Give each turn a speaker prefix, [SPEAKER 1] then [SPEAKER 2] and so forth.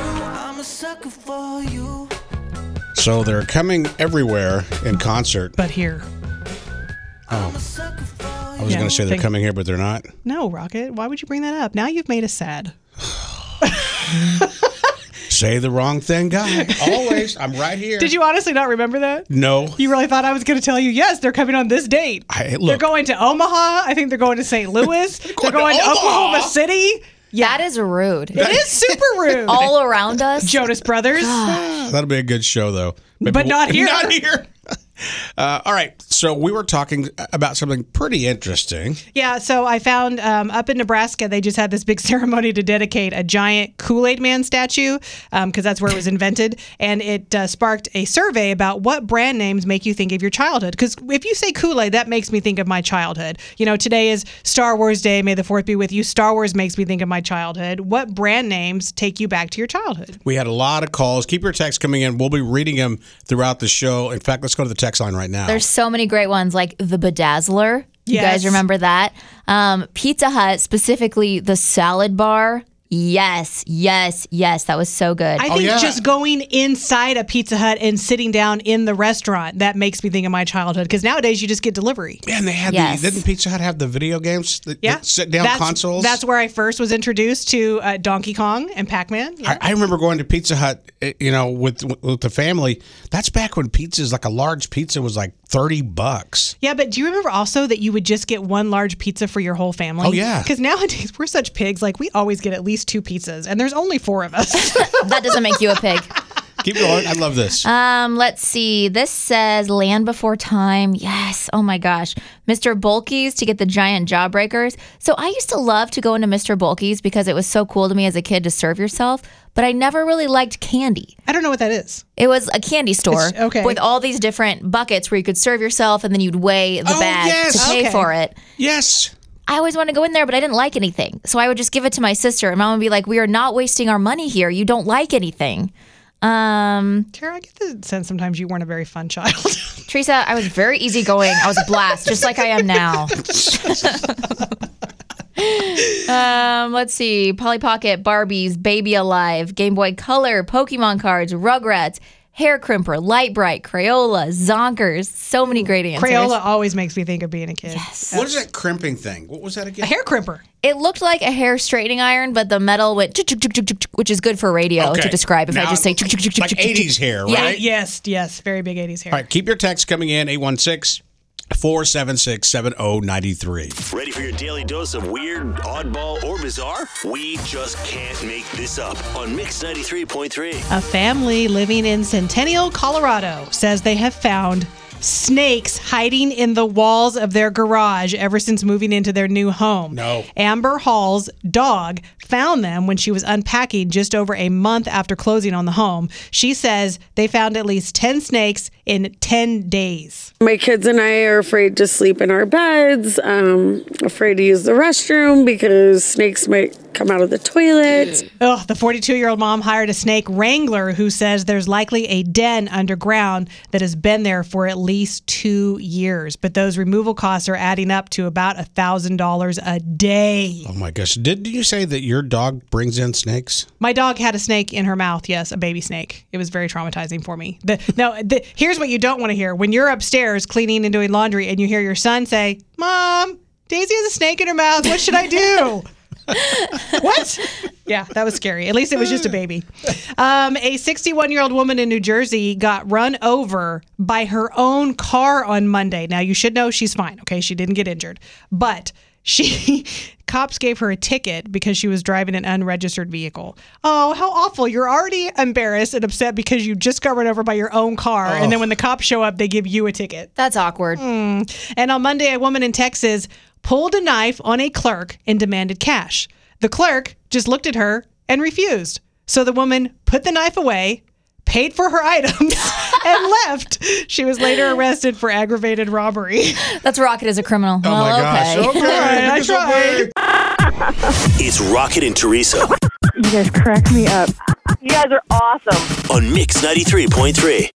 [SPEAKER 1] a sucker for you.
[SPEAKER 2] So they're coming everywhere in concert.
[SPEAKER 3] But here,
[SPEAKER 1] I'm a sucker for
[SPEAKER 2] I was
[SPEAKER 3] Yeah,
[SPEAKER 2] going to say they're
[SPEAKER 3] thank-
[SPEAKER 2] coming here, but they're not.
[SPEAKER 3] no, Rocket. Why would you bring that up? Now you've made us sad.
[SPEAKER 2] Say the wrong thing, guy. Always. I'm right here.
[SPEAKER 3] Did you honestly not remember that?
[SPEAKER 2] No.
[SPEAKER 3] You really thought I was going to tell you? Yes, they're coming on this date.
[SPEAKER 2] I,
[SPEAKER 3] they're
[SPEAKER 2] look,
[SPEAKER 3] going to Omaha. I think they're going to St. Louis. they're going to
[SPEAKER 2] Omaha?
[SPEAKER 3] Oklahoma City.
[SPEAKER 4] That is rude.
[SPEAKER 3] It is super rude.
[SPEAKER 4] All around us.
[SPEAKER 3] Jonas Brothers.
[SPEAKER 2] Ah, that'll be a good show, though. Maybe
[SPEAKER 3] But not here.
[SPEAKER 2] Not here. Uh, all right. So we were talking about something pretty interesting.
[SPEAKER 3] Yeah, so I found um, up in Nebraska, they just had this big ceremony to dedicate a giant Kool Aid Man statue because that's where it was invented. And it uh, sparked a survey about what brand names make you think of your childhood. Because if you say Kool Aid, that makes me think of my childhood. You know, today is Star Wars Day. May the 4th be with you. Star Wars makes me think of my childhood. What brand names take you back to your childhood?
[SPEAKER 2] We had a lot of calls. Keep your texts coming in. We'll be reading them throughout the show. In fact, let's go to the text line right now.
[SPEAKER 4] There's so many great ones like the Bedazzler. You
[SPEAKER 3] Yes.
[SPEAKER 4] guys remember that? Um, Pizza Hut, specifically the salad bar. Yes, yes, yes. That was so good.
[SPEAKER 3] I think
[SPEAKER 2] yeah.
[SPEAKER 3] just going inside a Pizza Hut and sitting down in the restaurant, that makes me think of my childhood. Because nowadays you just get delivery.
[SPEAKER 2] Man, they had
[SPEAKER 4] Yes.
[SPEAKER 2] the didn't Pizza Hut have the video games? The,
[SPEAKER 3] Yeah,
[SPEAKER 2] sit down
[SPEAKER 3] that's,
[SPEAKER 2] consoles.
[SPEAKER 3] That's where I first was introduced to uh, Donkey Kong and Pac Man.
[SPEAKER 2] I, I remember going to Pizza Hut, eh, you know, with with the family. That's back when pizzas, like a large pizza, was like thirty bucks.
[SPEAKER 3] Yeah, but do you remember also that you would just get one large pizza for your whole family?
[SPEAKER 2] Oh, yeah.
[SPEAKER 3] Because nowadays we're such pigs, like we always get at least two pizzas, and there's only four of us.
[SPEAKER 4] that doesn't make you a pig.
[SPEAKER 2] Keep going. I love this.
[SPEAKER 4] Um, let's see. This says Land Before Time. Yes. Oh my gosh. Mr. Bulky's to get the giant jawbreakers. So I used to love to go into Mr. Bulky's because it was so cool to me as a kid to serve yourself, but I never really liked candy.
[SPEAKER 3] I don't know what that is.
[SPEAKER 4] It was a candy store
[SPEAKER 3] It's- okay.
[SPEAKER 4] with all these different buckets where you could serve yourself and then you'd weigh the
[SPEAKER 2] Oh,
[SPEAKER 4] bag
[SPEAKER 2] yes.
[SPEAKER 4] to pay
[SPEAKER 3] Okay.
[SPEAKER 4] for it.
[SPEAKER 2] yes.
[SPEAKER 4] I always wanted to go in there, but I didn't like anything. So I would just give it to my sister. And mom would be like, We are not wasting our money here. You don't like anything. Um,
[SPEAKER 3] Tara, I get the sense sometimes you weren't a very fun child.
[SPEAKER 4] Teresa, I was very easygoing. I was a blast, just like I am now. um, let's see. Polly Pocket, Barbies, Baby Alive, Game Boy Color, Pokemon cards, Rugrats, Hair Crimper, Light Bright, Crayola, Zonkers. So many great answers.
[SPEAKER 3] Crayola always makes me think of being a kid.
[SPEAKER 2] What is that crimping thing? What was that
[SPEAKER 3] A
[SPEAKER 2] again?
[SPEAKER 3] hair crimper.
[SPEAKER 4] It looked like a hair straightening iron, but the metal went, tuk, tuk, tuk, tuk, tuk, tuk, which is good for radio
[SPEAKER 2] Okay.
[SPEAKER 4] to describe. If I
[SPEAKER 2] Now
[SPEAKER 4] just say,
[SPEAKER 2] it
[SPEAKER 4] tuk, tuk, tuk, tuk,
[SPEAKER 2] like
[SPEAKER 4] tuk, tuk, tuk.
[SPEAKER 2] 80s hair,
[SPEAKER 4] Yeah.
[SPEAKER 2] right?
[SPEAKER 3] Yes, yes, very big 80s hair.
[SPEAKER 2] All right, keep your texts coming in 816 476 7093.
[SPEAKER 5] Ready for your daily dose of weird, oddball, or bizarre? We just can't make this up on Mix 93.3.
[SPEAKER 3] A family living in Centennial, Colorado says they have found snakes hiding in the walls of their garage ever since moving into their new home.
[SPEAKER 2] No.
[SPEAKER 3] Amber Hall's dog found them when she was unpacking just over a month after closing on the home. She says they found at least 10 snakes in 10 days.
[SPEAKER 6] My kids and I are afraid to sleep in our beds, um, afraid to use the restroom because snakes might come out of the toilet.
[SPEAKER 3] Ugh, the 42 year old mom hired a snake wrangler who says there's likely a den underground that has been there for at least two years. But those removal costs are adding up to about $1,000 a day.
[SPEAKER 2] Oh my gosh. Did you say that your dog brings in snakes?
[SPEAKER 3] My dog had a snake in her mouth. Yes, a baby snake. It was very traumatizing for me. The, now, the, here's what you don't want to hear when you're upstairs cleaning and doing laundry and you hear your son say, Mom, Daisy has a snake in her mouth. What should I do? what? Yeah, that was scary. At least it was just a baby. Um, a 61 year old woman in New Jersey got run over by her own car on Monday. Now, you should know she's fine. Okay. She didn't get injured. But she, cops gave her a ticket because she was driving an unregistered vehicle. Oh, how awful. You're already embarrassed and upset because you just got run over by your own car. And then when the cops show up, they give you a ticket.
[SPEAKER 4] That's awkward.
[SPEAKER 3] And on Monday, a woman in Texas pulled a knife on a clerk and demanded cash. The clerk just looked at her and refused. So the woman put the knife away, paid for her items, and left. She was later arrested for aggravated robbery.
[SPEAKER 4] That's Rocket as a criminal.
[SPEAKER 2] Oh
[SPEAKER 4] well,
[SPEAKER 2] my gosh.
[SPEAKER 4] okay.
[SPEAKER 2] Okay.
[SPEAKER 3] I
[SPEAKER 2] It's okay.
[SPEAKER 5] It's Rocket and Teresa
[SPEAKER 7] You guys crack me up. You guys are awesome.
[SPEAKER 5] on Mix 93.3.